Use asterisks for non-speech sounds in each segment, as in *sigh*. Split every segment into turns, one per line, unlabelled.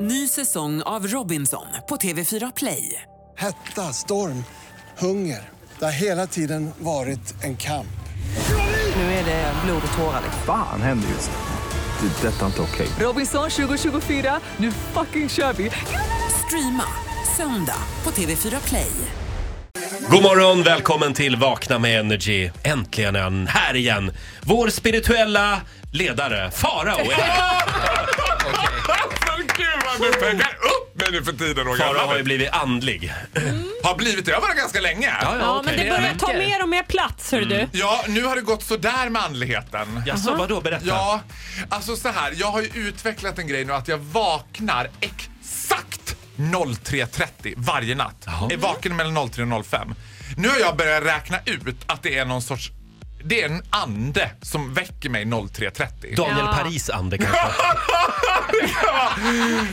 Ny säsong av Robinson på TV4 Play.
Hetta, storm, hunger. Det har hela tiden varit en kamp.
Nu är det blod och tårar. liksom.
Fan händer just nu. Det. är Detta är inte okej.
Robinson 2024, nu fucking kör vi! Streama söndag på TV4 Play.
God morgon, välkommen till Vakna med Energy. Äntligen är han här igen. Vår spirituella ledare, Farao. är här.
Men gud vad du peggar upp mig nu för tiden
*laughs*
Roger.
Farao har ju blivit andlig.
Har blivit det. Jag har varit ganska länge. Ja,
Ja, men det
Mm.
börjar ta mer och mer plats, hör du.
nu har det gått sådär med andligheten.
Jaså, vadå? Berätta.
Ja, alltså så här. Jag har ju utvecklat en grej nu att jag vaknar exakt 03.30 varje natt. Är vaken mellan 03 och 05. Nu har jag börjat räkna ut att det är någon sorts... Det är en ande som väcker mig 03.30.
Daniel
Ja.
Paris ande kanske. *laughs*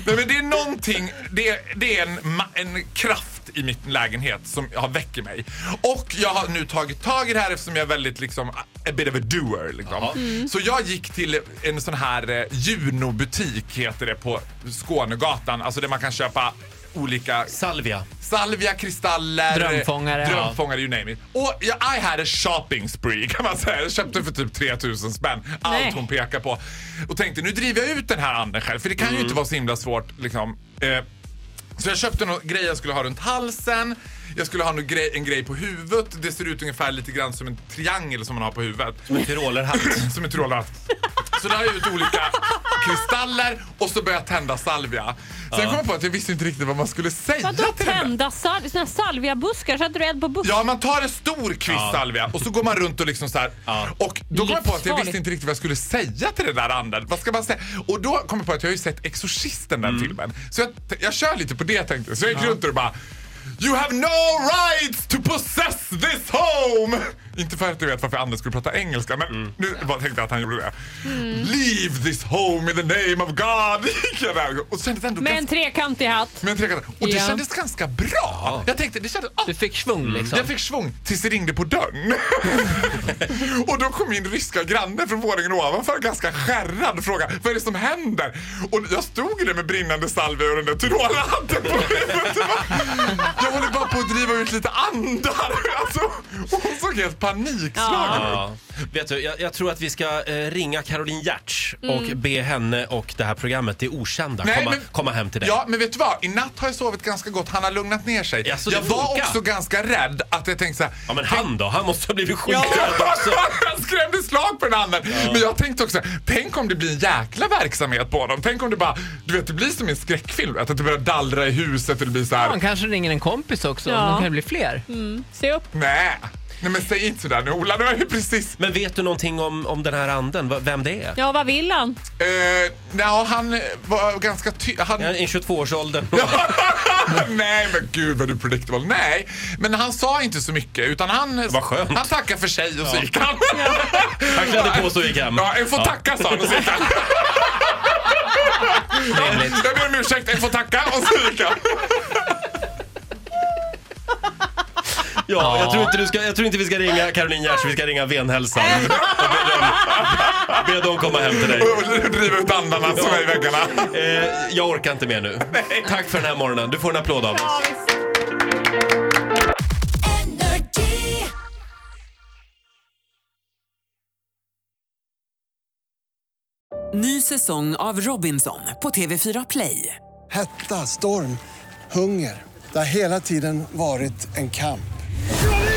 Nej, men det är någonting, det, det är en, ma- en kraft i min lägenhet som har väcker mig. Och jag har nu tagit tag i det här eftersom jag är väldigt liksom a bit of a doer. Liksom. Så jag gick till en sån här eh, Juno-butik heter det på Skånegatan, alltså där man kan köpa olika
Salvia.
salvia, kristaller,
Drömfångare, ja.
drömfångare you name it. Och jag, I had a shopping spree kan man säga. Jag köpte för typ 3000 spänn. Allt
Nej.
hon pekar på. Och tänkte nu driver jag ut den här anden själv för det kan ju inte vara så himla svårt liksom. Eh, så jag köpte några grejer jag skulle ha runt halsen. Jag skulle ha någon grej, en grej på huvudet. Det ser ut ungefär lite grann som en triangel som man har på huvudet.
Tyrolerhatt.
Som en trollhatt. Så där är ut olika kristaller och så börjar jag tända salvia. Sen kom jag på att jag visste inte riktigt vad man skulle säga
Vadå
till den där.
tända sal såna här salviabuskar så att du är eld på buskar?
Ja, man tar en stor kvist
Ja.
salvia och så går man runt och liksom så här.
Ja.
Och då kom jag på att jag
Livsfarligt.
visste inte riktigt vad jag skulle säga till den där anden. Vad ska man säga? Och då kom jag på att jag har ju sett Exorcisten
Mm.
den filmen. Så jag, jag kör lite på det tänkte jag. Så jag gick runt och bara You have no rights to possess this home! Inte för att jag vet varför Anders skulle prata engelska, men
Mm.
nu bara tänkte jag att han gjorde det. Leave this home in the name of God! *laughs* Gick jag där och kändes ändå
Med en
ganska-
trekantig hatt.
med en trekant. Och det
Ja.
kändes ganska bra. Jag tänkte, det kändes... ah,
Du fick svung liksom.
jag fick svung tills det ringde på dörren. och då kom min ryska granne från våningen ovanför ganska skärrad och frågade vad är det som händer? Och jag stod ju där med brinnande salvia typ, och den där tyrolerhatten på huvudet. Jag håller bara på att driva ut lite andar. *laughs* Alltså, och hon såg helt panikslagen ut.
Ja. Vet du, jag, jag tror att vi ska eh, ringa Caroline Giertz och
Mm.
be henne och det här programmet, Det Okända,
Nej,
komma,
men-
komma hem till dig.
Ja, men vet du vad? I natt har jag sovit ganska gott. Han har lugnat ner sig.
Jaså, det
jag var
funkar.
också ganska rädd att jag tänkte så här.
Ja, men han då? Han måste ha blivit *laughs*
Ja,
skiträdd också.
han skrämde slag på den andra. Men jag tänkte också, tänk om det blir en jäkla verksamhet på dem. Tänk om det bara, du vet det blir som i en skräckfilm, vet, att det typ börjar dallra i huset och det blir så här.
Man kanske ringer en kompis också.
Ja.
De kan ju bli fler.
Se upp.
Nej, nej men säg inte sådär nu Ola, nu har jag ju precis...
Men vet du någonting om, om den här anden? Va- Vem det är?
Ja, vad vill han?
Eh, nej, han var ganska ty... Han...
Ja. I 22-årsåldern.
*laughs* nej men gud vad du predictable. Nej, men han sa inte så mycket utan han,
Vad skönt.
han tackade för sig och så gick han.
Han klädde på sig och gick hem.
Ja, en får tacka sa han och så gick han.
*laughs*
Jag ber om ursäkt, en får tacka och så gick han.
Ja, jag tror, inte du ska, jag tror inte vi ska ringa Caroline Giertz, vi ska ringa Venhälsan. Och be, dem, be dem komma hem till
*laughs*
dig.
och driva ut andarna som är i väggarna.
Eh, jag orkar inte mer nu. Tack för den här morgonen. Du får en applåd av oss.
Ny säsong av Robinson på TV4 Play.
Hetta, storm, hunger. Det har hela tiden varit en kamp.